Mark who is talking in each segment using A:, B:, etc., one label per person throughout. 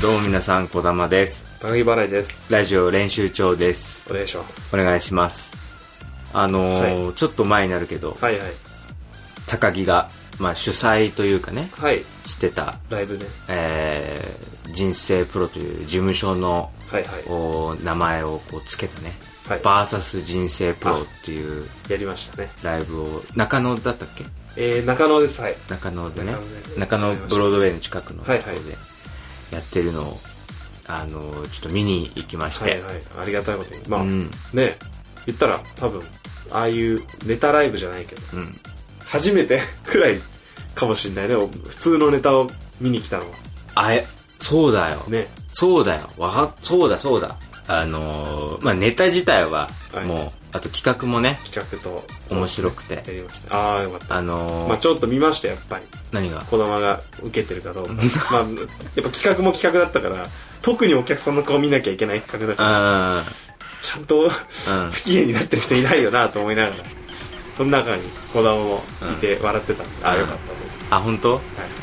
A: どうも皆さん、こだまです。
B: 高木払いです。
A: ラジオ練習長です。
B: お願いします。
A: お願いします。あのーちょっと前になるけど、
B: はいはい。
A: 高木が、まあ、主催というかね、
B: はい。
A: してた、
B: ライブね。
A: えー人生プロという事務所の
B: はいは
A: お名前をこうつけたね、
B: はい
A: バーサス人生プロっていう
B: い。やりましたね。
A: ライブを、中野だったっけ
B: えー、中野です。はい。
A: 中野でね中
B: 中
A: 野
B: 野で
A: ブロードウェイの近くのとこ
B: は
A: ろ
B: い
A: で
B: はい
A: やってるのをあのちょっと見に行きまして、
B: はいはい。ありがたいことに。まあ、
A: うん
B: ね言ったら多分、ああいうネタライブじゃないけど、
A: うん
B: 初めて くらいかもしんないね。お普通のネタを見に来たのは。
A: あえそうだよ、
B: ね。
A: そうだよわかそうだそうだあのーまあネタ自体は
B: はい
A: もう、あと企画もね
B: 企画と、
A: 面白くて
B: やりました。ああ、よかったです。
A: あのー
B: まあちょっと見ました、やっぱり。
A: 何が
B: 子供が受けてるかどうか。まあ、やっぱ企画も企画だったから、特にお客さんの顔見なきゃいけない企画だから、
A: あ
B: ちゃんと
A: ん
B: 不機嫌になってる人いないよなと思いながら、その中に子供もいて笑ってたんで、あ
A: うん
B: よかったと思って
A: あ本当
B: はい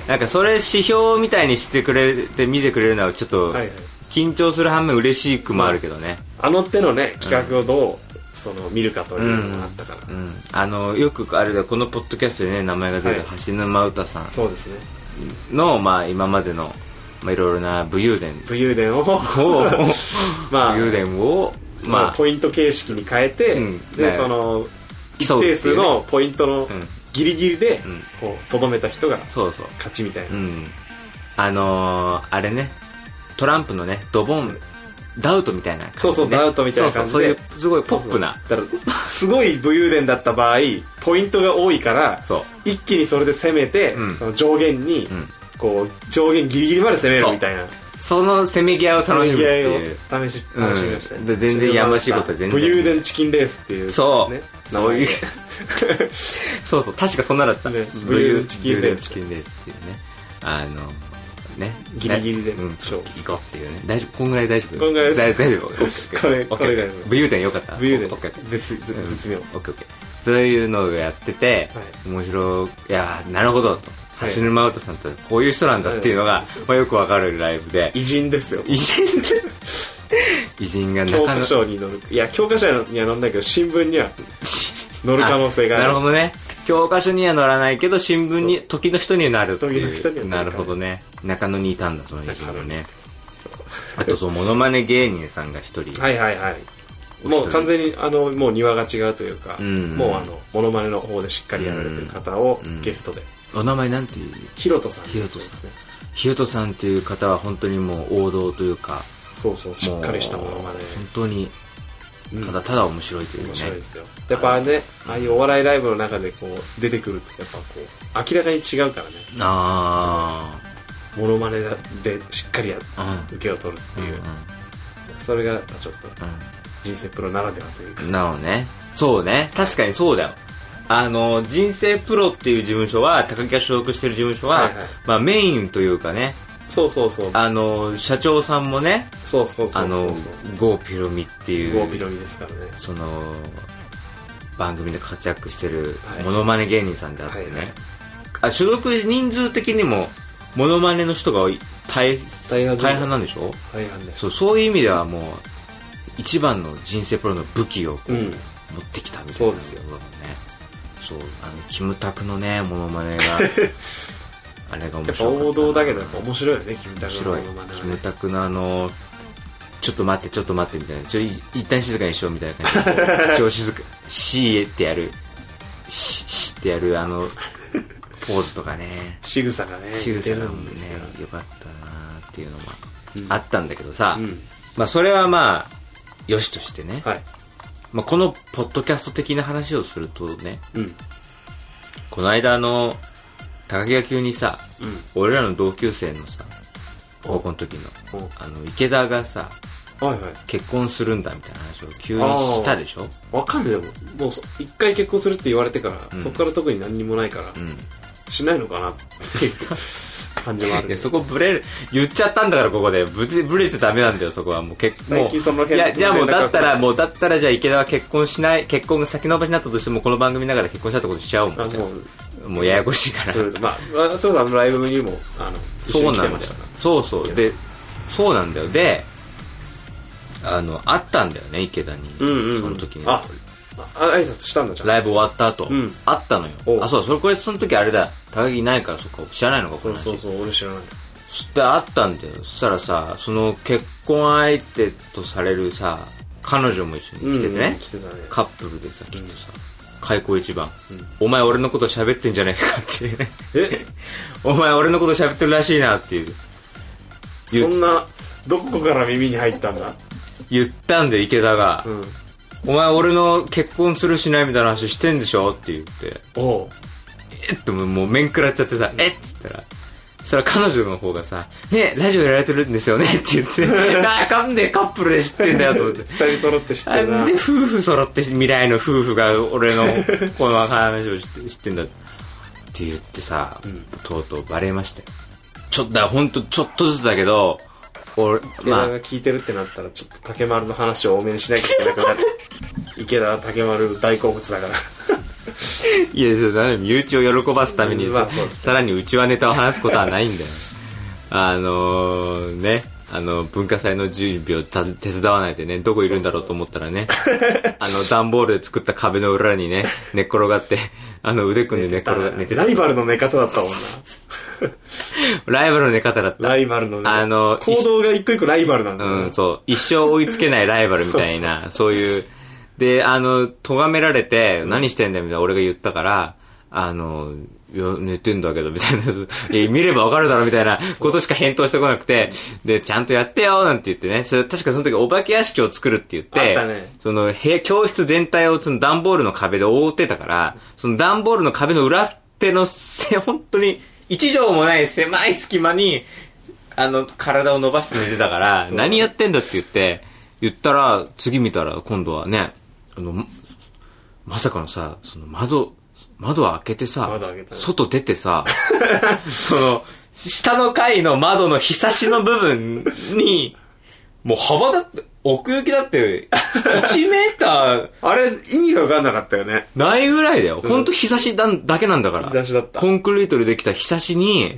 A: なんかそれ指標みたいにしてくれて見てくれるのはちょっと
B: はいはい
A: 緊張する反面嬉しくもあるけどね、
B: あの手のね、企画をどう、その、見るかというのがあったから。
A: うん、あのよくあれだこのポッドキャストでね名前が出る
B: は
A: 橋沼歌さん
B: そうですね。
A: の、まあ、今までの、まあ、いろいろな武勇伝
B: 武勇伝を、
A: を
B: まあ
A: 武勇伝を、
B: まあ
A: ま、あ
B: ポイント形式に変えて、
A: うん
B: で、
A: ね
B: その、一
A: 競うっていうね
B: 定数のポイントの
A: ん
B: ギリギリで
A: ん、
B: こう、とどめた人が
A: そうそう
B: 勝ちみたいな。
A: うんあのーあれねトランプのねドボンダウトみたいな感じでね、
B: そうそうダウトみたいな感じ
A: そ
B: で
A: うそうそういうすごいポップな
B: そうそうだからすごい武勇伝だった場合ポイントが多いから
A: そう
B: 一気にそれで攻めて、
A: うん
B: その上限に、
A: ん
B: こう上限ギリギリまで攻めるみたいな
A: そのせめぎ合いを楽しむっていう
B: 攻め合いを試し楽しみましたね、
A: うんで全然やましいことは全然
B: 武勇伝チキンレースっていう
A: そう
B: ね
A: そういう
B: 名前で
A: そうそう確かそんなだった、
B: ね
A: ブリュー
B: ブリューチキン
A: ブリ
B: レース
A: ューチキンレースっていうねあのね
B: ギリギリで
A: うん、
B: 勝負
A: 行こうっていうね大丈夫こんぐらい大丈夫
B: こんぐらいです
A: 大大丈 夫
B: これこれが
A: 武勇伝よかった
B: 武勇伝
A: OK
B: 別絶
A: うん
B: 絶妙、
A: OK OK そういうのをやってて、
B: はい
A: 面白いやーなるほどと
B: はい
A: 橋沼歌さんとこういう人なんだっていうのが、まあ、よくわかるライブ で
B: 偉人ですよ
A: 偉人 偉人が
B: 教
A: 中
B: 科
A: 野
B: 書に載るいや教科書には載んないけど新聞には載る可能性が あ
A: な
B: る
A: るほどね教科書には載らないけど新聞に
B: そ
A: 時の人にはなるっていう
B: 時の人にはな
A: な
B: る
A: るほどね中野にいたんだその偉人がね
B: そう
A: あとそうモノマネ芸人さんが一人、
B: はいはいはいもう完全にあのもう庭が違うというか、
A: うん
B: もうあのモノマネの方でしっかりやられてる方を
A: うん
B: ゲストで、
A: お名前なんていう
B: ヒロトさん
A: ヒロトさん
B: ですね
A: ひよとさんっていう方は本当にもう王道というか
B: そうそうしっかりした
A: も
B: モ
A: の
B: ノマ
A: ま
B: ネ
A: ね本当にただただ面白いというね
B: 面白いですよやっぱねああいうお笑いライブの中でこう出てくるとやっぱこう明らかに違うからね
A: あ
B: モノマネでしっかりや
A: あ
B: 受けを取るって
A: うん
B: いうう、
A: ん
B: それがちょっと
A: う
B: 人生プロならではというか
A: んなのねそうね確かにそうだよあの人生プロっていう事務所は高木が所属してる事務所は、
B: はいはい
A: まあ、メインというかね
B: そうそうそう
A: あの社長さんもね
B: そうそう
A: あ
B: そう
A: の
B: そうそうそう
A: 郷ひろみっていう
B: ゴーピロミですからね
A: その番組で活躍してる
B: はい
A: モノマネ芸人さんであってね、
B: はいはい
A: あ所属人数的にもモノマネの人がい大
B: 大半
A: 大半なんでしょ
B: 大半です
A: そうそういう意味ではもう一番の人生プロの武器をこう、
B: うん
A: 持ってきたみたいな
B: そうですよ
A: ところだねそうあのキムタクのねモノマ ネがあれが面
B: やっぱ
A: 白かったな
B: 王道だけどやっぱ面白いよねキムタ
A: 面
B: ク
A: 白い
B: のモノマネは
A: キ
B: ね
A: ムタクのあのちょっと待ってちょっと待ってみたいなちょい一旦静かにしようみたいな感じでこ う一応静かシーってやるシシってやるあのポーズとかね
B: 仕草が ね
A: 仕草
B: 似て
A: が
B: る
A: も
B: ん
A: ね
B: ですよ
A: よかったなっていうのも
B: うん
A: あったんだけどさ、
B: うん
A: まあそれはまあよしとしてね、
B: はい
A: まあ、このポッドキャスト的な話をするとね
B: うんうん
A: この間あの高木が急にさ俺らの同級生のさ高校の時の
B: お
A: あの池田がさ
B: はいはい
A: 結婚するんだみたいな話を急にしたでしょ
B: わかんないでももうそ一回結婚するって言われてから、
A: うん
B: そっから特に何にもないから、
A: うん
B: しないのかなっていう感じもある
A: いやそこブレる言っちゃったんだからここでブレブレちゃダメなんだよそこはもう結
B: 最近そ
A: もう
B: の
A: い
B: 辺
A: やじゃあもうだったら
B: 連絡が来ない
A: もうだったらじゃあ池田は結婚しない結婚が先延ばしになったとしてもこの番組の中で結婚したってことしちゃおうも
B: あ
A: んじゃ
B: もう
A: あもうややこしいから
B: それでまあまあそうさんのライブにもあの一
A: そ
B: 緒
A: う
B: に来
A: な
B: て
A: ん
B: ま
A: だ
B: し
A: よ
B: たか
A: そうそうでそうなんだよであの会ったんだよね池田に、
B: うんうんうん
A: その時に
B: ああ挨拶したんだじゃん
A: ライブ終わった後、
B: うん
A: 会ったの
B: おう
A: よあそうそれこれその時あれだ高木いないからそっか知らないのかこ
B: そ
A: の
B: う
A: 話
B: そうそう俺知らない
A: 知って会ったんだよそしたらさその結婚相手とされるさ彼女も一緒に来ててね、
B: うんうん来てたね
A: カップルでさきっとさ、開口一番、
B: うん
A: お前俺のこと喋ってんじゃねえかっていうね
B: え
A: お前俺のこと喋ってるらしいなっていう
B: そ
A: 言
B: んなどこから耳に入ったんだ
A: 言ったんで池田が
B: う、ん
A: お前俺の結婚するしないみたいな話してんでしょって言って
B: おう
A: えっともう面食らっちゃってさ、えっつったら、そしたら彼女の方がさ、ねえラジオやられてるんですよねって言 って、なんかんでカップルで知ってんだよと思って。
B: 二人揃って知ってる
A: な
B: なん
A: で夫婦揃って未来の夫婦が俺の この話を知って知ってんだって言ってさ、とうとうバレましたよ。ちょっと、だからほんとちょっとずつだけど、俺、
B: 池
A: ま
B: 田
A: あ、
B: が聞いてるってなったらちょっと竹丸の話を多めにしなきゃいけなくなる池田は竹丸大好物だから
A: いや、そうだね身内を喜ばすために
B: うん
A: さ、
B: まあそうですね
A: さらにうちはネタを話すことはない んだよ。あのー、ね、あの、文化祭の準備をた手伝わないでね、どこいるんだろうと思ったらね、あの、段ボールで作った壁の裏にね、寝っ転がって、あの、腕組んで寝っ転が寝てた
B: ラ。イバルの寝方だったもんな
A: ライバルの寝 方だった。
B: ライバルのね
A: あの
B: 行動が一個一個ライバルなんだよね
A: うん、そう。一生追いつけないライバルみたいな、 そういう。で、あの、咎められて、何してんだよみたいな俺が言ったから、あの、いや、寝てんだけど、みたいな。 いや見ればわかるだろ、みたいなことしか返答してこなくて、で、ちゃんとやってよ、なんて言ってね。それ確かその時、お化け屋敷を作るって言って、
B: あったね
A: その、部屋、教室全体をその段ボールの壁で覆ってたから、その段ボールの壁の裏手のせ、本当に、一畳もない狭い隙間に、あの、体を伸ばして寝てたから、何やってんだって言って、言ったら、次見たら、今度はね、あの、ままさかのさ、その窓、窓開けてさ
B: 窓開け、た
A: 外出てさ、 その、下の階の窓の日差しの部分に、もう幅だって、奥行きだって、1メーター
B: あれ意味が分かんなかったよね
A: ないぐらいだよ。ほんと日差しだんだけなんだから。
B: 日差しだった
A: コンクリートでできた日差しに、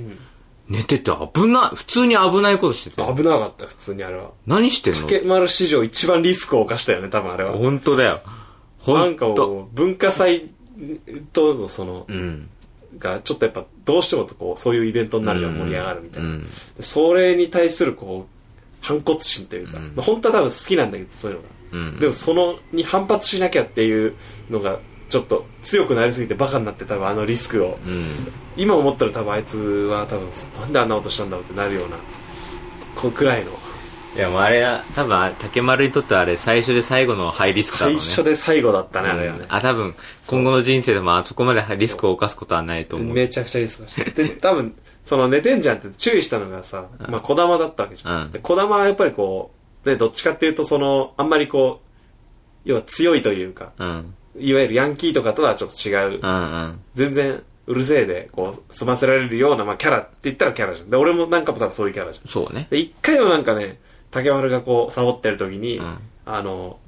A: 寝てて危ない、普通に危ないことしてて。
B: 危なかった普通にあれは
A: 何してんの
B: 竹丸史上一番リスクを犯したよね多分あれは
A: 本当だよ。
B: な
A: 本
B: んか
A: 当。
B: もう文化祭とのその、
A: うん。
B: がちょっとやっぱどうしてもとこうそういうイベントになるじゃん、
A: うん
B: 盛り上がるみたいな、
A: うん
B: でそれに対するこう反骨心というか、
A: うん
B: まあ、本当は多分好きなんだけどそういうのが、
A: うん
B: でもそのに反発しなきゃっていうのがちょっと強くなりすぎてバカになって多分あのリスクを、
A: うん。
B: 今思ったら多分あいつは多分なんであんなことしたんだろうってなるようなこうくらいの
A: いや、もうあれは、多分、竹丸にとってはあれ、最初で最後のハイリスクだろう
B: 最
A: ね。
B: 初で最後だったね、あれは
A: う
B: ね
A: んあ、多分、今後の人生でもあそこまでリスクを冒すことはないと思う。
B: めちゃくちゃリスクしてで多分その寝てんじゃんって注意したのがさ、まあ、児玉だったわけじゃん、
A: うん
B: で児玉はやっぱりこうでどっちかっていうとそのあんまりこう要は強いというか
A: うん。
B: いわゆるヤンキーとかとはちょっと違う、
A: うんうん。
B: 全然うるせえでこう済ませられるような、まあ、キャラって言ったらキャラじゃんで俺もなんかも多分そういうキャラじゃん
A: そうね。
B: で一回はなんかね竹丸がこうサボってる時に、
A: うん
B: あの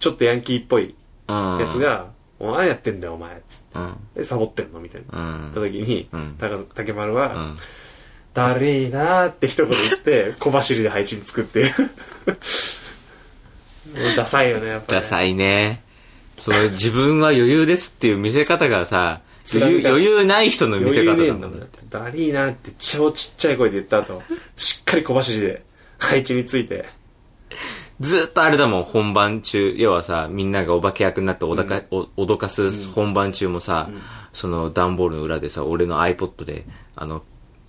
B: ちょっとヤンキーっぽい
A: うん。
B: やつが「お前何やってんだよお前」つって
A: うん。
B: でサボってんのみたい
A: う
B: な行
A: ん
B: った。時に、
A: うん
B: たか竹丸
A: う
B: は
A: ん。
B: 「だるいな」って一言言って小走りで配置に作って ダサいよねやっぱ、ね、
A: ダサいね。その自分は余裕ですっていう見せ方がさ、余
B: 貫
A: 裕
B: か
A: 余裕ない人の見
B: 余
A: せ
B: 裕
A: 方
B: ねえ
A: だ
B: んだ
A: も
B: もんだ
A: ん
B: っ。て「だりーな」って超ちっちゃい声で言った後しっかり小走りで配置について
A: ずっとあれだもん、本番中。要はさ、みんながお化け役になっておだか、お脅かす本番中もさ、その段ボールの裏でさ、俺の iPod で、あの、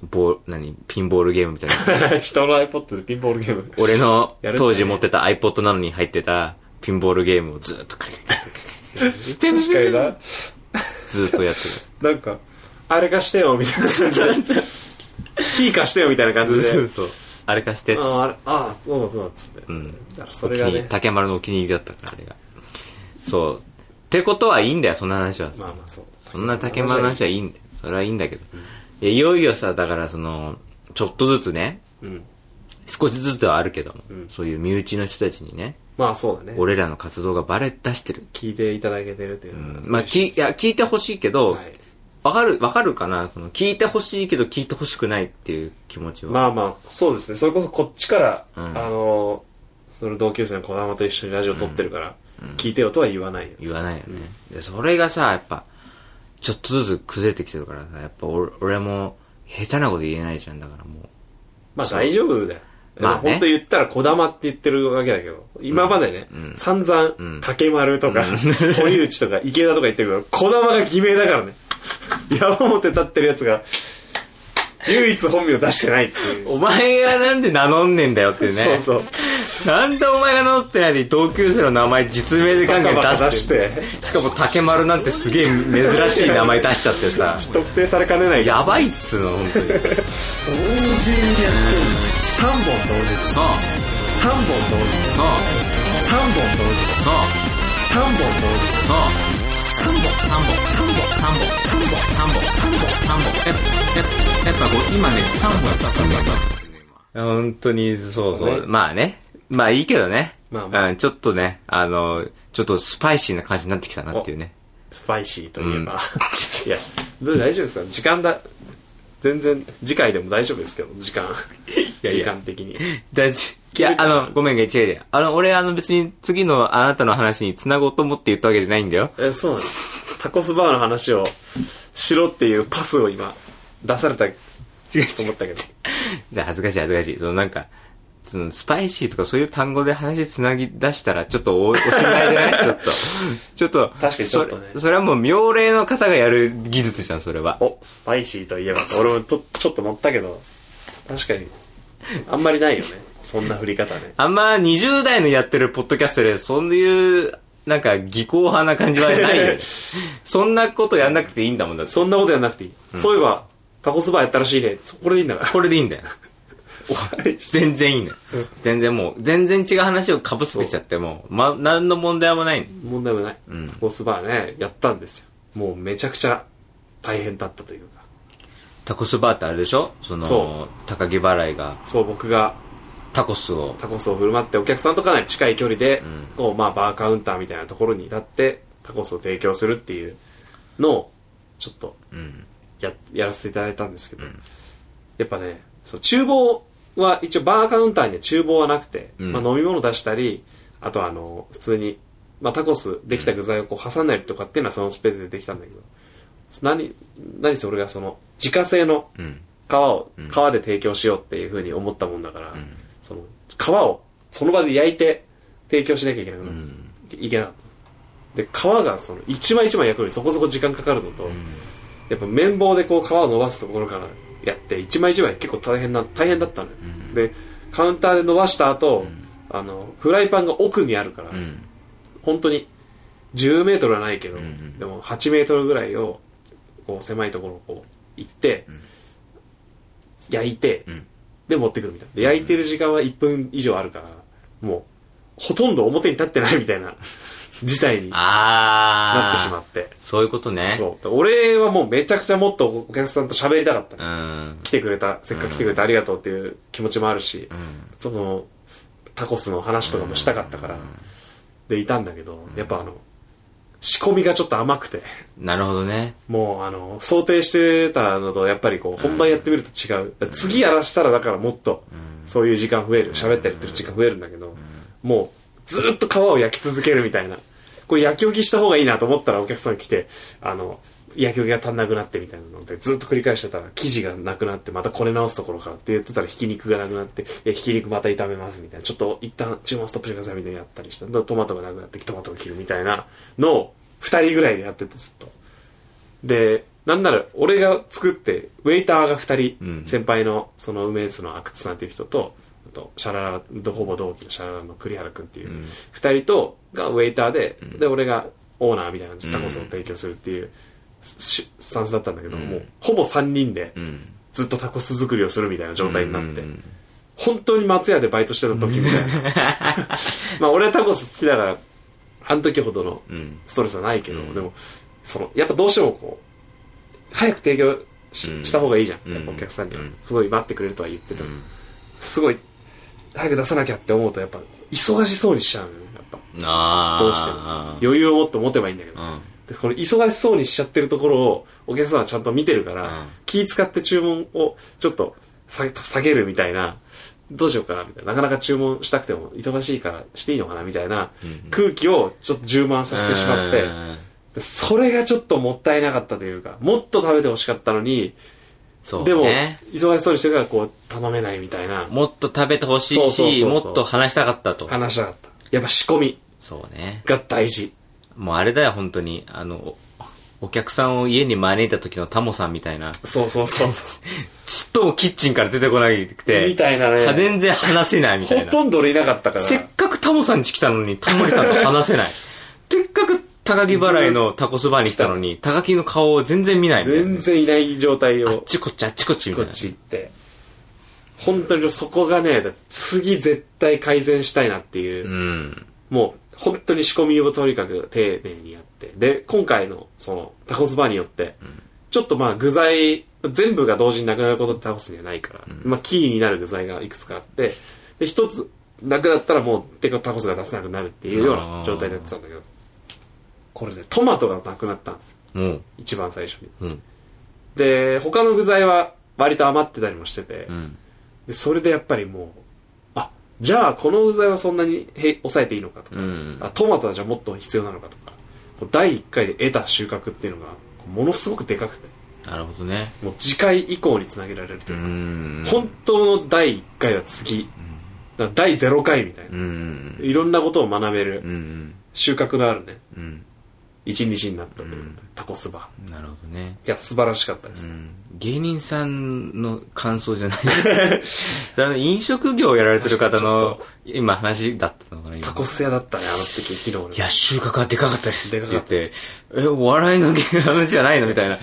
A: ボー何ピンボールゲームみたいなやつ。
B: 人の iPod でピンボールゲーム
A: 俺の
B: やるんだね
A: 当時持ってた iPod なのに入ってたピンボールゲームをずっとカリカリカリカリカリ
B: 確かにな
A: ずっとやってる。
B: なんかあれ貸してよみたいな感じで火貸してよみたいな感じで
A: そうそう。あれ貸してっつって
B: ああれあそうだそうだっつって、
A: ん
B: だからそれ
A: お
B: が
A: 気に入り
B: ね
A: 竹丸のお気に入りだったから、あれが。そう。ってことはいいんだよ、そんな話は。
B: まあまあそう
A: そんな竹丸の話はいいんだよ。それはいいんだけど。いやいよいよさ、だからその、ちょっとずつね、
B: うん
A: 少しずつはあるけども、
B: うん
A: そういう身内の人たちにね、
B: まあそうだね
A: 俺らの活動がバレ出してる。
B: 聞いていただけてるっていうのは、
A: まあ、きいや聞いてほしいけど、
B: はい
A: わかる、わかるかなこの聞いてほしいけど聞いてほしくないっていう気持ちは。
B: まあまあ、そうですね。それこそこっちから、
A: うん
B: あの、その同級生の児玉と一緒にラジオ撮ってるから、聞いてよとは言わないよ。
A: 言わないよね。で、それがさ、やっぱ、ちょっとずつ崩れてきてるからさ、やっぱ俺俺も下手なこと言えないじゃん、だからもう。
B: まあ大丈夫だよ。
A: まあね
B: 本当言ったら児玉って言ってるわけだけど、今までね、
A: うん
B: 散々、
A: うん
B: 竹丸とか、堀 内とか池田とか言ってるけど、児玉が偽名だからね。 山本立ってるやつが、唯一本名出してないっていう。
A: お前がなんで名乗んねんだよ っていうね。
B: そうそう。
A: なんでお前が名乗ってないで同級生の名前実名で関係
B: バカバカ
A: 出
B: 出
A: し
B: してて、
A: しかも竹丸なんてすげえ珍しい名前出しちゃってさ
B: 特定されかねない
A: やばいっつうの本当に
B: 同時にやってる
A: そうそう
B: 3本同時3本同時3本同時
A: そう
B: 3本同時
A: そう
B: 3本
A: 3本3本3本3本3本3本3本やっぱ今ね3本だったんだった本当にそうそう、
B: ね
A: まあねまあいいけどね、
B: まあまあ
A: うん、ちょっとねあのちょっとスパイシーな感じになってきたなっていうね
B: スパイシー とい
A: う
B: えば、
A: ん
B: いやどう大丈夫ですか時間だ全然次回でも大丈夫ですけど時間
A: いやいや
B: 時間的に
A: 大事。いや、あの、ごめんが、違う違う。あの、俺、あの、別に次のあなたの話に繋ごうと思って言ったわけじゃないんだよ。
B: えそうなんですタコスバーの話をしろっていうパスを今出されたと思ったけど
A: じゃあ恥ずかしい恥ずかしい。そのなんか、その、スパイシーとかそういう単語で話繋ぎ出したら、ちょっとお、おしまいじゃ ないちょっと。ちょっと。
B: 確かにちょっとね
A: それそれはもう、妙齢の方がやる技術じゃん、それは。
B: おスパイシーといえば俺もとちょっと乗ったけど確かにあんまりないよねそんな振り方ね
A: あんま、20代のやってるポッドキャストで、そういう、なんか、技巧派な感じはない よね。そんなことやんなくていいんだもんだって。
B: そんなことやんなくていい。そういえば、タコスバーやったらしいね。そこれでいいんだから。
A: これでいいん だよ。全然いいのよ。全然もう、全然違う話をかぶせてきちゃって、もう、ま、何の問題もないの。
B: 問題もない。
A: うん
B: タコスバーね、やったんですよ。もうめちゃくちゃ大変だったというか。
A: タコスバーってあれでしょその、
B: そ
A: 高木払いが
B: そう、僕が
A: タコスを、
B: タコスを振る舞って、お客さんとかなり近い距離で、
A: ん
B: こう、まあ、バーカウンターみたいなところに立って、タコスを提供するっていうのを、ちょっと
A: うん。
B: や、やらせていただいたんですけど、やっぱね、そう、厨房は、一応バーカウンターには厨房はなくて、
A: うん
B: まあ飲み物出したり、あとはあの、普通に、まあタコスできた具材をこう挟んだりとかっていうのはそのスペースでできたんだけど、何、何それがその、自家製の
A: うん。
B: 皮を、
A: ん
B: 皮で提供しようっていうふうに思ったもんだから、
A: ん
B: その、皮をその場で焼いて提供しなきゃいけなくなる。いけなかった。で、皮がその、一枚一枚焼くのにそこそこ時間かかるのと、やっぱ綿棒でこう皮を伸ばすところからやって一枚一枚結構大変な大変だったのよ、
A: ん
B: でカウンターで伸ばした後、
A: ん
B: あのフライパンが奥にあるから、
A: うん。
B: 本当に10メートルはないけど、
A: うんうん
B: でも8メートルぐらいをこう狭いところをこう行って、
A: ん
B: 焼いて、
A: うん。
B: で持ってくるみたいなで焼いてる時間は1分以上あるからもうほとんど表に立ってないみたいな事態にな
A: あー。
B: ってしまって
A: そういうことね。
B: そうで俺はもうめちゃくちゃもっとお客さんと喋りたかったの、
A: うん。
B: 来てくれた、せっかく来てくれてありがとうっていう気持ちもあるし、
A: うん。
B: その、タコスの話とかもしたかったから、で、いたんだけど、やっぱあの、仕込みがちょっと甘くて、
A: なるほどね。
B: もうあの、想定してたのと、やっぱりこう、本番やってみると違う。次やらしたらだからもっと、そういう時間増える、喋ったりってる時間増えるんだけど、もう、ずーっと皮を焼き続けるみたいな。これ焼き置きした方がいいなと思ったらお客さんが来て、あの、焼き置きが足んなくなってみたいなので、ずっと繰り返してたら、生地がなくなって、またこれ直すところからって言ってたら、ひき肉がなくなって、えひき肉また炒めますみたいな。ちょっと一旦注文ストップしてくださいみたいなやったりした。トマトがなくなって、トマトを切るみたいなのを、二人ぐらいでやっててずっと。で、なんなら俺が作って、ウェイターが2人、
A: うん
B: 先輩のその梅津の阿久津さんっていう人と、あと、シャララど、ほぼ同期のシャララの栗原くんっていう、
A: うん
B: 2人と、がウェイターで、で、俺がオーナーみたいな感じでタコスを提供するっていう、しスタンスだったんだけど、
A: うん
B: もう、ほぼ3人で
A: う、ん。
B: ずっとタコス作りをするみたいな状態になって、
A: うん
B: 本当に松屋でバイトしてた時みたいな。 まあ、俺はタコス好きだから、あの時ほどの
A: うん。
B: ストレスはないけど、
A: うん
B: でもそのやっぱどうしてもこう早く提供し,、
A: うん
B: た方がいいじゃん
A: うん
B: やっぱお客さんには、
A: うん
B: すごい待ってくれるとは言ってて
A: う
B: も、
A: ん
B: すごい早く出さなきゃって思うとやっぱ忙しそうにしちゃうのよねやっぱ
A: あー。
B: どうしても
A: あー
B: 余裕をもっと持てばいいんだけど、
A: うん。
B: ででこれ忙しそうにしちゃってるところをお客さんはちゃんと見てるから、
A: うん
B: 気使って注文をちょっと下げ下げるみたいな、どうしようかなみたいな、なかなか注文したくても忙しいからしていいのかなみたいな
A: うん
B: 空気をちょっと充満させてしまって、
A: うん
B: でそれがちょっともったいなかったというか、もっと食べてほしかったのに、
A: そう、ね。
B: でも、忙しそうにしてるからこう頼めないみたいな
A: もっと食べてほしいし
B: そうそうそうそう
A: もっと話したかったと。
B: 話したかった。やっぱ仕込み
A: そうね。
B: が大事。
A: もうあれだよ、本当に。あの、おお客さんを家に招いた時のタモさんみたいな。
B: そうそうそう。
A: ちっともキッチンから出てこなくて。
B: みたいなね
A: は全然話せないみたい
B: ほ
A: な。
B: とんど俺いなかったから。
A: せっかくタモさん家来たのに、タモリさんと話せない。 せっかく高木払いのタコスバーに来たのに、高木の顔を全然見ないみたいな。
B: 全然いない状態
A: あっ
B: を、
A: ちこっちあっちこっちみ
B: こ
A: たい
B: っ
A: な。
B: ち行って。本当にそこがね、次絶対改善したいなっていうう、
A: ん。
B: もう本当に仕込みをとにかく丁寧にやって。で、今回のそのタコスバーによって、ちょっとまあ具材、全部が同時になくなることってタコスにはないから、まあキーになる具材がいくつかあって、で、一つなくなったらもうてかタコスが出せなくなるっていうような状態になってたんだけど、これね、トマトがなくなったんですよ。
A: もう、
B: 一番最初に。
A: うん。
B: で、他の具材は割と余ってたりもしてて、
A: うん。
B: でそれでやっぱりもう、あ、じゃあこの具材はそんなにへ抑えていいのかとか、
A: うん
B: あトマトはじゃあもっと必要なのかとか、こう第1回で得た収穫っていうのが、ものすごくでかくて、
A: なるほどね。
B: もう次回以降につなげられると
A: う
B: いうか、
A: ん。
B: 本当の第1回は次、だから第0回みたいな、
A: うん。
B: いろんなことを学べる、
A: うん。
B: 収穫のあるね、
A: うん。
B: 一日になったという、タコスバ
A: なるほどね。
B: ー。いや、素晴らしかったです。
A: うん芸人さんの感想じゃない です。それは飲食業をやられてる方の、今話だったのかな、今
B: タ。コス屋だったね、あの時、昨日俺
A: いや、収穫はでかかったですって言っ
B: で
A: て、え、お笑いの芸の話じゃないのみたいな。
B: やっ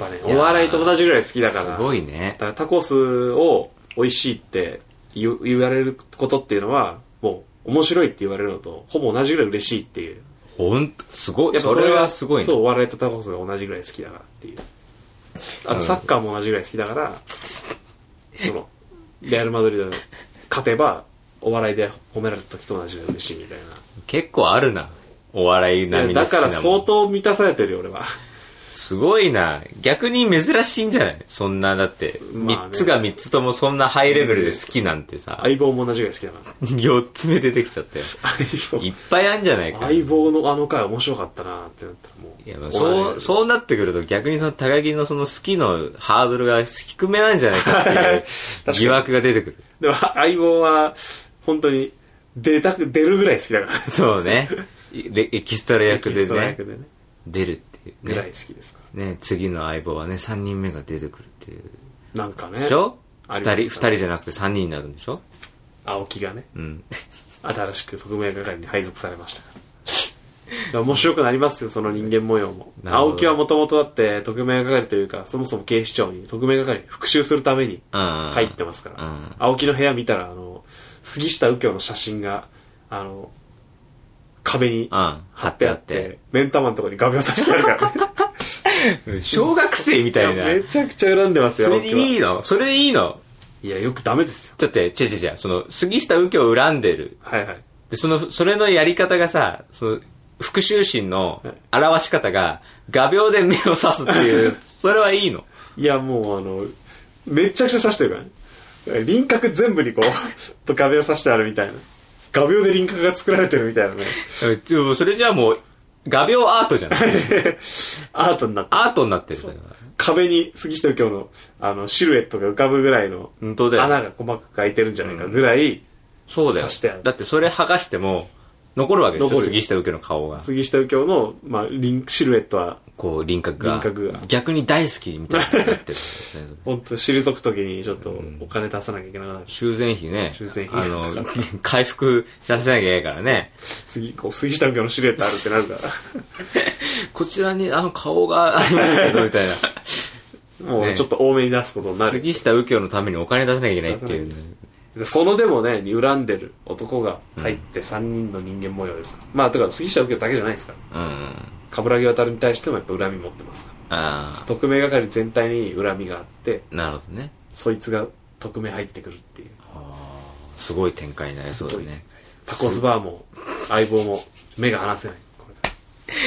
B: ぱね、お笑いと同じぐらい好きだから。
A: すごいね
B: だ。からタコスを美味しいって言う言われることっていうのは、もう面白いって言われるのと、ほぼ同じぐらい嬉しいっていう。
A: ほんと、すごい。
B: やっぱ
A: それはすごいね。
B: そう、お笑いとタコスが同じぐらい好きだからっていう。あとサッカーも同じぐらい好きだから、その、レアル・マドリード勝てば、お笑いで褒められた時と同じぐらい嬉しいみたい
A: 結構あるな。お笑い
B: な。
A: 並みの
B: だ
A: 好きな
B: か
A: もん
B: ら相当満たされてるよ、俺は。
A: すごいな。逆に珍しいんじゃないそんな、だって、
B: まあ
A: 3
B: ね
A: つが3つともそんなハイレベルで好きなんてさ、
B: 相棒も同じぐ らい好きだから。
A: 4つ目出てきちゃったよ。
B: 相棒
A: いっぱいあるんじゃないかな。
B: 相棒のあの回面白かったなってなったらもう
A: いやまあそう、そうなってくると逆にその高木のその好きのハードルが低めなんじゃないか っていう
B: かに
A: 疑惑が出てくる。
B: でも相棒は本当に出たく出るぐらい好きだから
A: そうね。いレエキストラ役
B: エキ
A: で
B: ストラ
A: ね
B: 役、でね
A: 出るっていう
B: ぐらい
A: ね
B: 好。きですか
A: ね、次の相棒はね、3人目が出てくるっていう。
B: らなんかね
A: でしょ
B: あ
A: 二
B: ります
A: 人、
B: ね
A: 二人じゃなくて3人になるんでしょ
B: 青木がね
A: うん。
B: 新しく特命係に配属されましたからだから面白くなりますよその人間模様も
A: なるほど
B: 青木はもともとだって特命係というかそもそも警視庁に特命係に復讐するために
A: 入
B: 入ってますから、
A: うん
B: 青木の部屋見たらあの杉下右京の写真があの壁に
A: うん。
B: 貼ってあって、目ん玉のところに画鋲刺してあるから ね
A: 小学生みたいな。
B: やめちゃくちゃ恨んでますよ
A: それでい
B: い
A: いのそれでいいの
B: いやよくダメですよ
A: だって、違う違う違う、その、杉下右京を恨んでる。
B: はいはい
A: で、その、それのやり方がさ、その、復讐心の表し方が、画鋲で目を刺すって いう、それはいいの。
B: いやもうあのめちゃくちゃ刺してるからねだから輪郭全部にこう と画鋲刺してあるみたいな画鋲で輪郭が作られてるみたいなね
A: えでもそれじゃあもう、画鋲アートじゃない
B: アートになって
A: アートになってるんだから。
B: 壁に杉下右京のあのシルエットが浮かぶぐらいの
A: 本当だよ
B: 穴が細かく開いてるんじゃないかぐらい
A: そうだ
B: 刺してあ
A: よ
B: る。
A: だってそれ剥がしても、残るわけでし
B: 残
A: ょ
B: る
A: 杉下右京の顔が。
B: 杉下右京の、まあ、輪シルエットは
A: こう、輪郭が。
B: 輪郭が
A: 逆に大好きみたいになってるんですね。
B: 本当退く時にちょっとお金出さなきゃいけなくなる
A: 修繕費ね。
B: 修繕
A: あ
B: 費
A: の、回復させなきゃいけないからね。
B: 杉こう杉下右京のシルエットあるってなるから
A: こちらにあの顔がありますけど、みたいな。
B: も
A: ね
B: うちょっと多めに出すことになる。
A: 杉下右京のためにお金出さなきゃいけないっていうね、
B: でそのでもね、恨んでる男が入って3人の人間模様ですから。まあ、とか杉下右京だけじゃないですから。
A: うん。
B: 冠城渡に対してもやっぱ恨み持ってますか
A: あ
B: ら。特命係全体に恨みがあって、
A: あ、なるほどね。
B: そいつが特命入ってくるっていう。
A: すごい展開になりそうだ
B: すごい
A: ね。
B: タコスバーも相棒も目が離せない。こ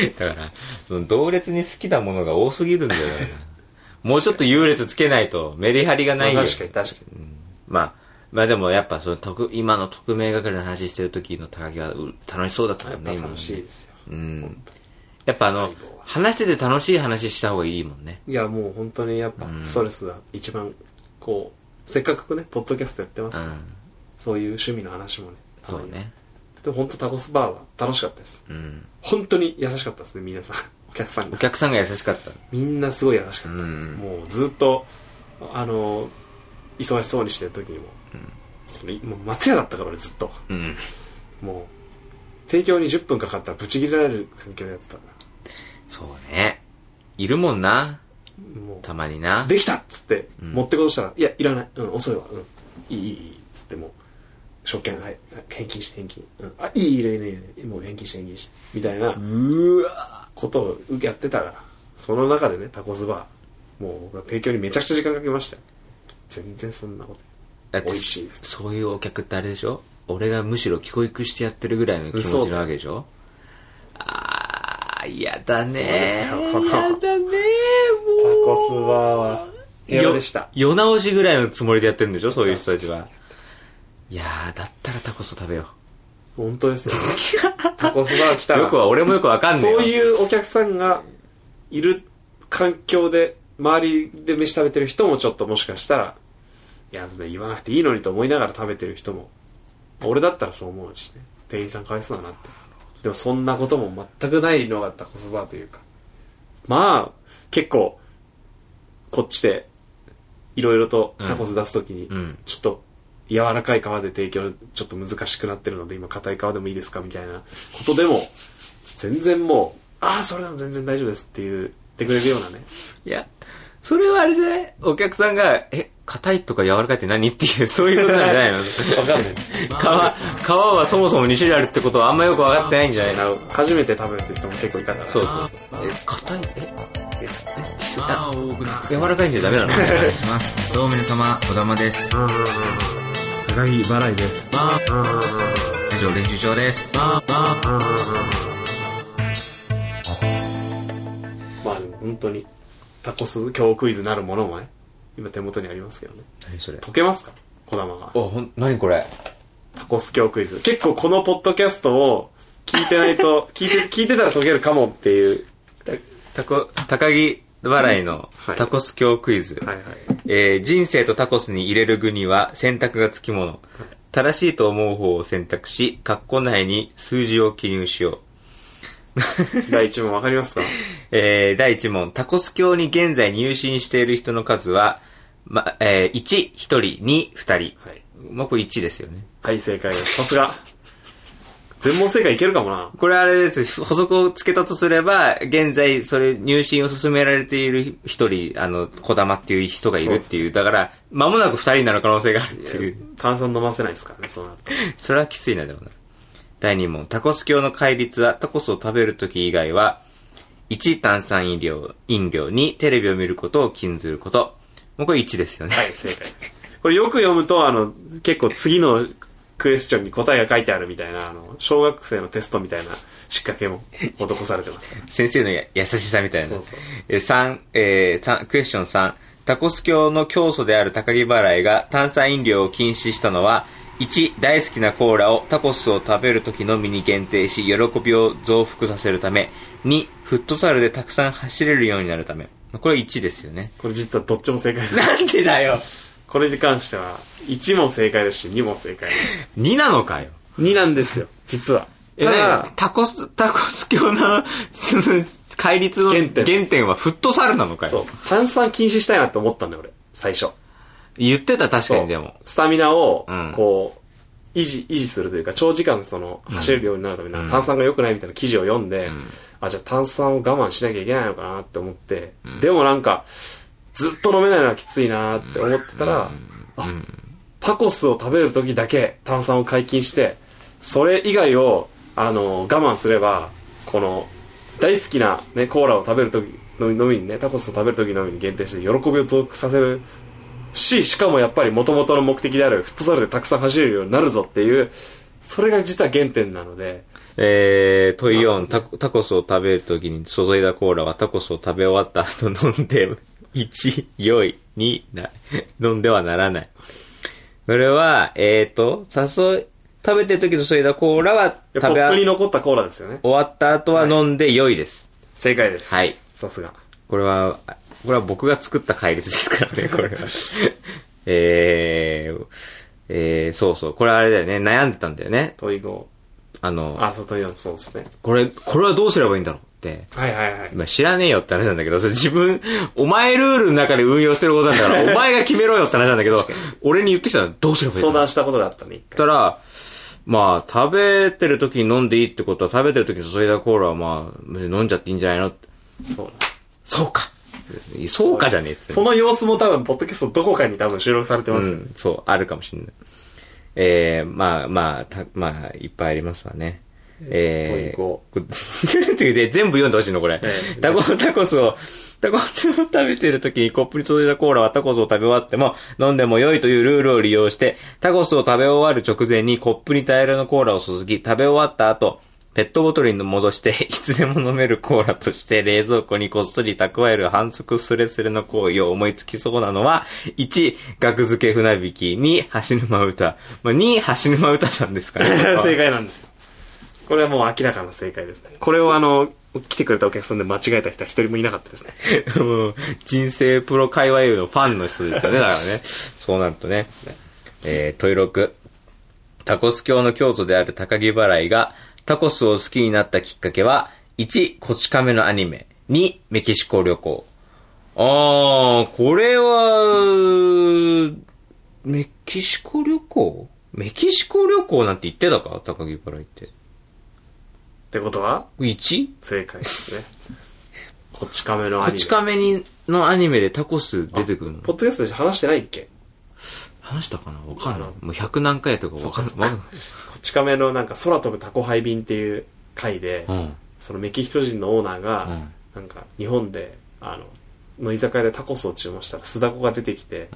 B: れ
A: だから、その同列に好きなものが多すぎるんだよな。 もうちょっと優劣つけないとメリハリがないよ。
B: まあ確かに確かに。
A: まあ、まあでもやっぱその特、今の匿名係の話してる時の高木はう楽しそうだったもんね、
B: やっ
A: 今
B: ぱ
A: のね
B: 楽しいですよ。
A: うん。やっぱあの
B: 相棒、は
A: 話してて楽しい話した方がいいもんね。
B: いや、もう本当にやっぱ
A: うん
B: ストレスが一番、こう、せっかくね、ポッドキャストやってま
A: う
B: すから、
A: ん。
B: そういう趣味の話もね。た
A: そ
B: ま
A: う
B: には
A: ね。
B: でも本当タコスバーは楽しかったです。
A: うん。
B: 本当に優しかったですね、皆さん。 お客さん
A: お
B: が。
A: 客さんが優しかった。
B: みんなすごい優しか
A: う
B: った。
A: ん。
B: もうずっと、あの、忙しそうにしてる時にも、そのもう松屋だったから俺ずっと。
A: うん。
B: もう、提供に10分かかったらブチ切れられる環境でやってたか
A: そうね。いるもんな。
B: ら。も
A: た
B: う、
A: まにな。
B: できたっつって、
A: うん
B: 持ってこうとしたら、いや、いらない。うん、遅いわ。うん。いい、いい、いい。つってもう、証券、はい、返金して、返金。うん。あ、いい、いい、いい、いいいい。もう返金して、返金して。みたいな
A: うわ
B: ことをやってたから。その中でね、タコスバー。もう、僕は提供にめちゃくちゃ時間かけましたよ。全然そんなこと。
A: だって
B: 美味しいです
A: そういうお客ってあれでしょ俺がむしろ教育してやってるぐらいの気持ちなわけでしょあー、嫌だね
B: そう
A: ー。
B: です
A: 嫌
B: よ
A: だね
B: タ
A: ー、もう。
B: コスバーは、平和でした。
A: 世直しぐらいのつもりでやってるんでしょそういう人たちは。いやー、だったらタコス食べよ
B: 本当ですよ。タコスバー来た
A: う。
B: ら。
A: よくは、俺もよくわかんねえ
B: そ
A: よ。
B: ういうお客さんがいる環境で、周りで飯食べてる人もちょっともしかしたら、いや、それ言わなくていいのにと思いながら食べてる人も、俺だったらそう思うしね。店員さんかわいそうだなって。でもそんなことも全くないのがタコスバーというか。まあ、結構、こっちで、いろいろとタコス出すときに、
A: うん。
B: ちょっと柔らかい皮で提供ちょっと難しくなってるので今硬い皮でもいいですかみたいなことでも全然もうああそれは全然大丈夫ですって言ってくれるようなね
A: いや、それはあれじゃないお客さんが、え、硬いとか柔らかいって何っていう、 そういうことなんじゃないの
B: わかんない
A: 皮、皮はそもそも2種類あるってことはあんまよくわかってないんじゃないの
B: 初めて食べてる人も結構いたから
A: そうそう。え、硬いえ
B: え
C: さあ、多くなってき
A: 柔らかいんじゃダメなの
C: ます。どうも皆様、小玉です。
B: 高木払いです
C: 以上、練習場です。
B: まあでも本当にタコス教クイズなるものもね今手元にありますけどね
A: 何それ
B: 解けますか小玉が
A: あ、ほん、何これ
B: タコス教クイズ結構このポッドキャストを聞いてないと 聞いて聞いてたら解けるかもっていう
A: タコ、高木払いの
B: はい
A: タコス教クイズ。
B: はいはい
A: えー人生とタコスに入れる具には選択がつきもの。正しいと思う方を選択し、括弧内に数字を記入しよう。
B: 第一問わかりますか
A: えー第1問、タコス教に現在入信している人の数は、ま、えー、1、1人、2、2人。
B: はい。
A: まあ、これ1ですよね。
B: はい、正解です。さすが。全問正解いけるかもな。
A: これあれです。補足をつけたとすれば、現在、それ、入信を進められている一人、あの、小玉っていう人がいるっていう。だから、間もなく二人になる可能性があるっていう。
B: 炭酸飲ませないですからね、そうなると。
A: それはきついな、でもな。第2問、タコス教の戒律は、タコスを食べるとき以外は、1、炭酸飲料、飲料、2、テレビを見ることを禁ずること。もうこれ1ですよね。
B: はい、正解です。これよく読むと、あの、結構次のクエスチョンに答えが書いてあるみたいな、あの、小学生のテストみたいな仕掛けも施されてますから。
A: 先生のや優しさみたいな。
B: そうそうそう
A: えー三えー三クエスチョン3。タコス教の教祖である高木払いが炭酸飲料を禁止したのは、1、大好きなコーラをタコスを食べる時のみに限定し、喜びを増幅させるため、2、フットサルでたくさん走れるようになるため。これ1ですよね。
B: これ実はどっちも正解です。
A: なんでだよ
B: これに関しては、1問正解ですし、2問正解です。
A: !2 なのかよ。
B: 2なんですよ、実は。
A: え、
B: ただ
A: 何、タコス、タコス教の、その、戒律の
B: 原点
A: 原点はフットサルなのか
B: そう
A: よ。、
B: 炭酸禁止したいなって思ったんだよ、俺。最初。
A: 言ってた確かにでも。
B: スタミナを
A: うん、
B: こう、維持、維持するというか、長時間その、走れるようになるためになんか
A: うん
B: 炭酸が良くないみたいな記事を読んで、あ、じゃあ炭酸を我慢しなきゃいけないのかなって思って、でもなんか、ずっと飲めないのはきついなって思ってたら、あ、タコスを食べる時だけ炭酸を解禁して、それ以外を、あの、我慢すれば、この、大好きなね、コーラを食べる時のみのみにね、タコスを食べる時のみに限定して、喜びを増幅させるし、しかもやっぱり元々の目的であるフットサルでたくさん走れるようになるぞっていう、それが実は原点なので、
A: えー、問い4、タコタコスを食べるときに注いだコーラはタコスを食べ終わった後飲んで、1、良い、2、な、飲んではならない。これは、えーと、誘い、食べてるとき注いだコーラは
B: や
A: 食
B: ポ
A: べ
B: ップに
A: 終
B: 残ったコーラですよね。
A: わった後は飲んで良いです。
B: 正解です。
A: はい
B: さすが。
A: これは、これは僕が作った戒律ですから ね、これは。えー、えー、そうそう。これあれだよね、悩んでたんだよね。
B: 問い5。
A: あの、
B: あ、そう、問い4、そうですね。
A: これ、これはどうすればいいんだろうって。
B: はいはいはい。
A: まあ、知らねえよって話なんだけど、それ自分、お前ルールの中で運用してることなんだ から、お前が決めろよって話なんだけど、俺に言ってきたらどうすればいいんだろ
B: 相
A: う
B: 談したことがあったね、一
A: った
B: 回。
A: ら、まあ、食べてる時に飲んでいいってことは、食べてる時に注いだコーラはまあ、飲んじゃっていいんじゃないのって
B: そうだ
A: そうかそうかじゃねえって。
B: その様子も多分、ポッドキャストどこかに多分収録されてますよ
A: う
B: ね。
A: ん、そう、あるかもしれない。えー、まあまあ、たまあ、いっぱいありますわね。えー、
B: 問い五
A: でで全部読んでほしいのこれ、
B: ええ
A: タコタコスをタコスを食べてる時にコップに注いだコーラはタコスを食べ終わっても飲んでも良いというルールを利用してタコスを食べ終わる直前にコップに大量のコーラを注ぎ食べ終わった後ペットボトルに戻して、いつでも飲めるコーラとして冷蔵庫にこっそり蓄える反則スレスレの行為を思いつきそうなのは、1、額付け船引き、2、橋沼歌、まあ、2、橋沼歌さんですか ね。
B: 正解なんですよ。これはもう明らかな正解ですね。これをあの、来てくれたお客さんで間違えた人は一人もいなかったですね。
A: もう人生プロ界隈のファンの人ですよね、だからね。そうなるとね。えー、問い6。タコス教の教祖である高木払いが、タコスを好きになったきっかけは、1、コチカメのアニメ。2、メキシコ旅行。あー、これは、メキシコ旅行メキシコ旅行なんて言ってたか高木払いって。
B: ってことは、
A: 1?
B: 正解ですね。こち亀のア
A: コ
B: ニメ。
A: チカメにのアニメでタコス出てくるの
B: ポッドキャストで話してないっけ
A: 話したかなわかんない。もう100何回とかわかんない。
B: こち亀のなんか空飛ぶタコハイ便っていう回で、
A: うん。
B: そのメキシコ人のオーナーが、
A: うん
B: なんか日本であのの居酒屋でタコスを注文したら酢だこが出てきて、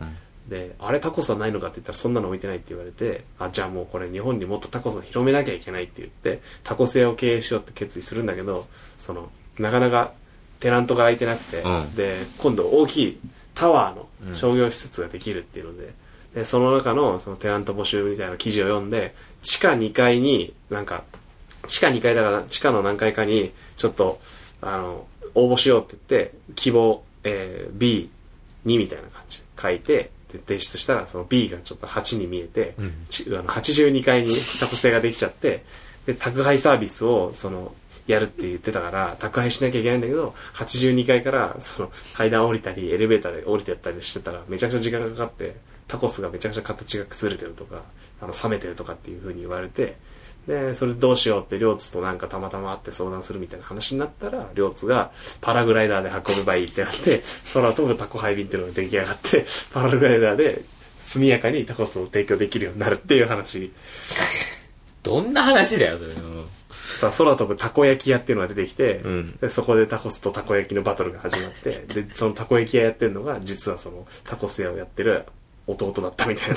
B: であれタコスはないのかって言ったらそんなの置いてないって言われてあじゃあもうこれ日本にもっとタコスを広めなきゃいけないって言ってタコス屋を経営しようって決意するんだけどそのなかなかテナントが空いてなくて、
A: うん
B: で今度大きいタワーの商業施設ができるっていうので,、でその中のそのテナント募集みたいな記事を読んで地下2階になんか地下2階だから地下の何階かにちょっとあの応募しようって言って希望、えー B2 みたいな感じで書いてで提出したらその B がちょっと8に見えて、ちあの82階にタコ性ができちゃってで宅配サービスをそのやるって言ってたから宅配しなきゃいけないんだけど82階からその階段降りたりエレベーターで降りてったりしてたらめちゃくちゃ時間がかかってタコスがめちゃくちゃ形が崩れてるとかあの冷めてるとかっていう風に言われてでそれどうしようって両津となんかたまたま会って相談するみたいな話になったら両津がパラグライダーで運べばいいってなって空飛ぶタコ配便っていうのが出来上がってパラグライダーで速やかにタコスを提供できるようになるっていう話
A: どんな話だよ、それ。うん
B: 空飛ぶたこ焼き屋っていうのが出てきて、
A: ん
B: でそこでタコスとたこ焼きのバトルが始まってでそのたこ焼き屋やってるのが実はそのタコス屋をやってる弟だったみたいな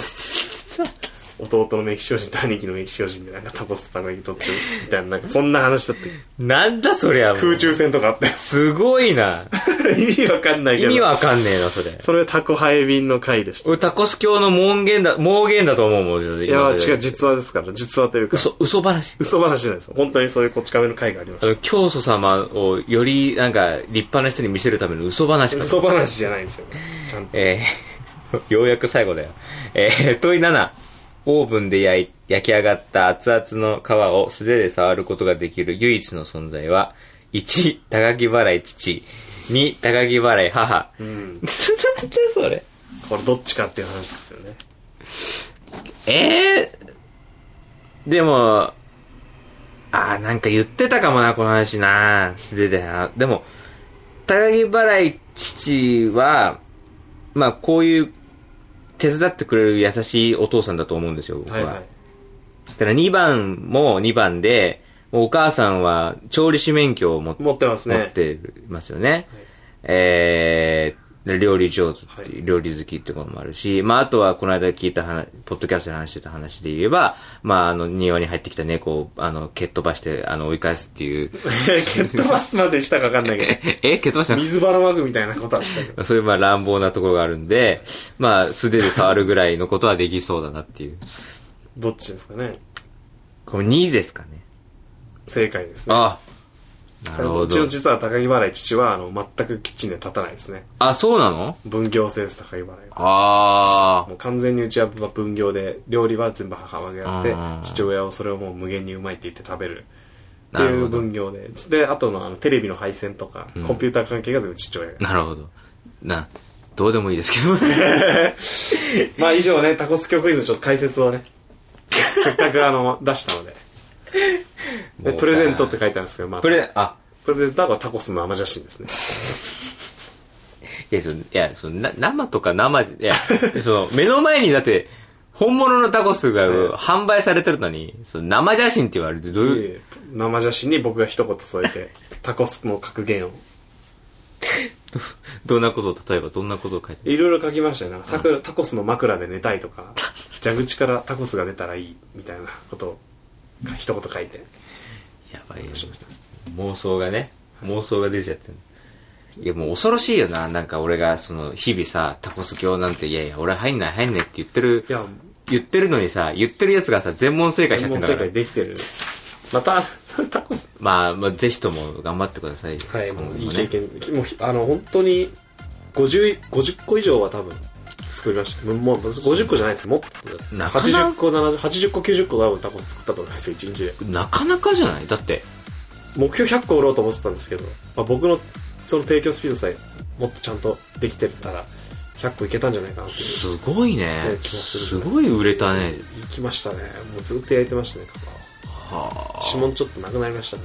B: 弟のメキシコ人と兄貴のメキシコ人でなんかタコスとたこ焼きどっちもみたいななんかそんな話だって
A: なんだそりゃ、もう
B: 空。中戦とかあったよ
A: すごいな。
B: 意味わかんない け
A: 意
B: ど
A: 味わかんねえな、それ。
B: それタコハイ便の回でした
A: 俺、タコス教の門限だ、盲言だと思うもん、
B: いや違う実話ですから実話というか
A: 嘘、嘘話。
B: 嘘話じゃないです本当にそういうこち亀の回がありま
A: あ
B: し
A: の、教祖様をより、なんか、立派な人に見せるための嘘話
B: た
A: かと
B: 嘘話じゃないんですよねちゃんと
A: えー ようやく最後だよ。えー、問い7。オーブンで焼い焼き上がった熱々の皮を素手で触ることができる唯一の存在は、1、高木払い父。2、高木払い母。
B: うん
A: なんだそれ。
B: これどっちかっていう話ですよね
A: えー、でも、あー、なんか言ってたかもな、この話な。素手でな。でも、高木払い父は、まあ、こういう、手伝ってくれる優しいお父さんだと思うんですよ、僕は。
B: はいはい
A: だから2番も2番で、もうお母さんは調理師免許を持っ
B: 持ってます
A: 持っ
B: ね
A: てますよね。えーで料理上手っていう、
B: はい
A: 料理好きってこともあるし、まあ、あとはこの間聞いた話、ポッドキャストで話してた話で言えば、まあ、あの、庭に入ってきた猫を、あの、蹴っ飛ばして、あの、追い返すっていう。
B: ケットバスまでしたかわかんない け
A: え蹴っ飛ばした
B: ど、
A: の
B: 水ばらまくみたいなことはしたけど。
A: そういうまあ乱暴なところがあるんで、まあ素手で触るぐらいのことはできそうだなっていう。
B: どっちですかね
A: この2ですかね。
B: 正解ですね。
A: ああ。なるほ
B: うちの
A: ど。
B: 実は高木払い父は、あの、全くキッチンで立たないですね。
A: あ、そうなの
B: 分業制です、高木払いは。
A: あ
B: もう完全にうちは分業で、料理は全部母親が
A: うんうん
B: や
A: う
B: っ
A: ん
B: て、父親をそれをもう無限にうまいって言って食べる。って
A: なる
B: い
A: ほ
B: う
A: ど
B: 分業で。で、あとのあのテレビの配線とか、コンピューター関係が全部父親が
A: あ。。なるほど。な、どうでもいいですけどね。
B: まあ以上ね、タコス教クイズのちょっと解説をね、せっかくあ の、出したので。で、プレゼントって書いてあるんですけど、まあ、
A: プレ、あ、
B: プレゼントはこれタコスの生写真ですね。
A: いや、そのいやそのな生とか生じ、いや、 その、目の前にだって、本物のタコスが
B: ええ
A: 販売されてるのに、その生写真って言われてどういう、
B: で生写真に僕が一言添えて、タコスの格言を。
A: どんなことを、例えばどんなことを書いて
B: いろいろ書きましたよ、ね。タクタコスの枕で寝たいとか、蛇口からタコスが出たらいい、みたいなことを、一言書いて
A: やばいよ
B: 出しました。
A: 妄想がね妄想が出ちゃってるいやもう恐ろしいよななんか俺がその日々さタコス教なんていやいや俺入んない入んないって言ってる
B: いや、
A: 言ってるのにさ言ってるやつがさ全問正解しちゃっ
B: 全
A: て
B: 問
A: んだか
B: 正
A: ら
B: 解できてる。また、 タコス
A: まあ、まあ、ぜひとも頑張ってください
B: はい、
A: 今後
B: も
A: も
B: う
A: ね
B: いい経験、もうひあの本当に 50, 50個以上は多分作りましたもうもう50個じゃないですもっと
A: なかな
B: 80個70 80個90個多分タコス作ったと思いますよ1日で
A: なかなかじゃないだって
B: 目標100個売ろうと思ってたんですけど、まあ、僕のその提供スピードさえもっとちゃんとできてたら100個いけたんじゃないかなっていう
A: すごいね
B: ね気もす
A: す
B: る
A: ごい売れたね
B: 行きましたねもうずっと焼いてましたねこ
A: は
B: こ指紋ちょっとなくなりましたね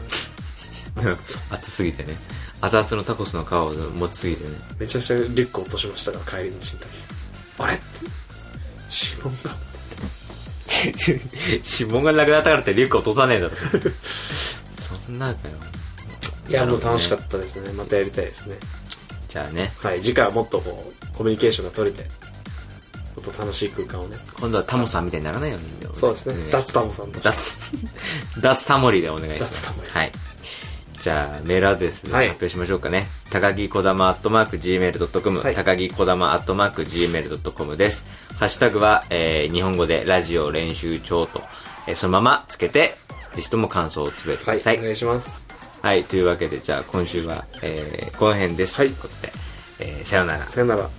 A: あ熱すぎてね熱々のタコスの皮を持ちすぎてね
B: めちゃくちゃリュック落としましたから帰り道の時あれって指紋が
A: 指紋がなくなったからってリュック落とさねえだ ろそんなんだよ
B: いや、もう楽しか
A: た
B: ったですね。またやりたいですね。
A: じゃあね
B: はい、次回はもっとこう、コミュニケーションが取れて、もっと楽しい空間をね。
A: 今度はタモさんみたいにならないように
B: そうですね。脱
A: タ
B: タモさんとして。
A: 脱脱タモリでお願いします
B: 脱タモリ
A: はいじゃあメールアドレス
B: はい
A: 発表しましょうかね、高木こだまアットマーク Gmail.com、
B: はい
A: 高木こだまアットマーク Gmail.com ですハッシュタグは、えー日本語でラジオ練習帳と、えーそのままつけてぜひとも感想をつぶやいてく
B: は
A: ださ
B: い、お願いします。
A: はい、というわけで、じゃあ今週は、えーこの辺です。
B: はい
A: ということで、えーさようなら。
B: さよなら。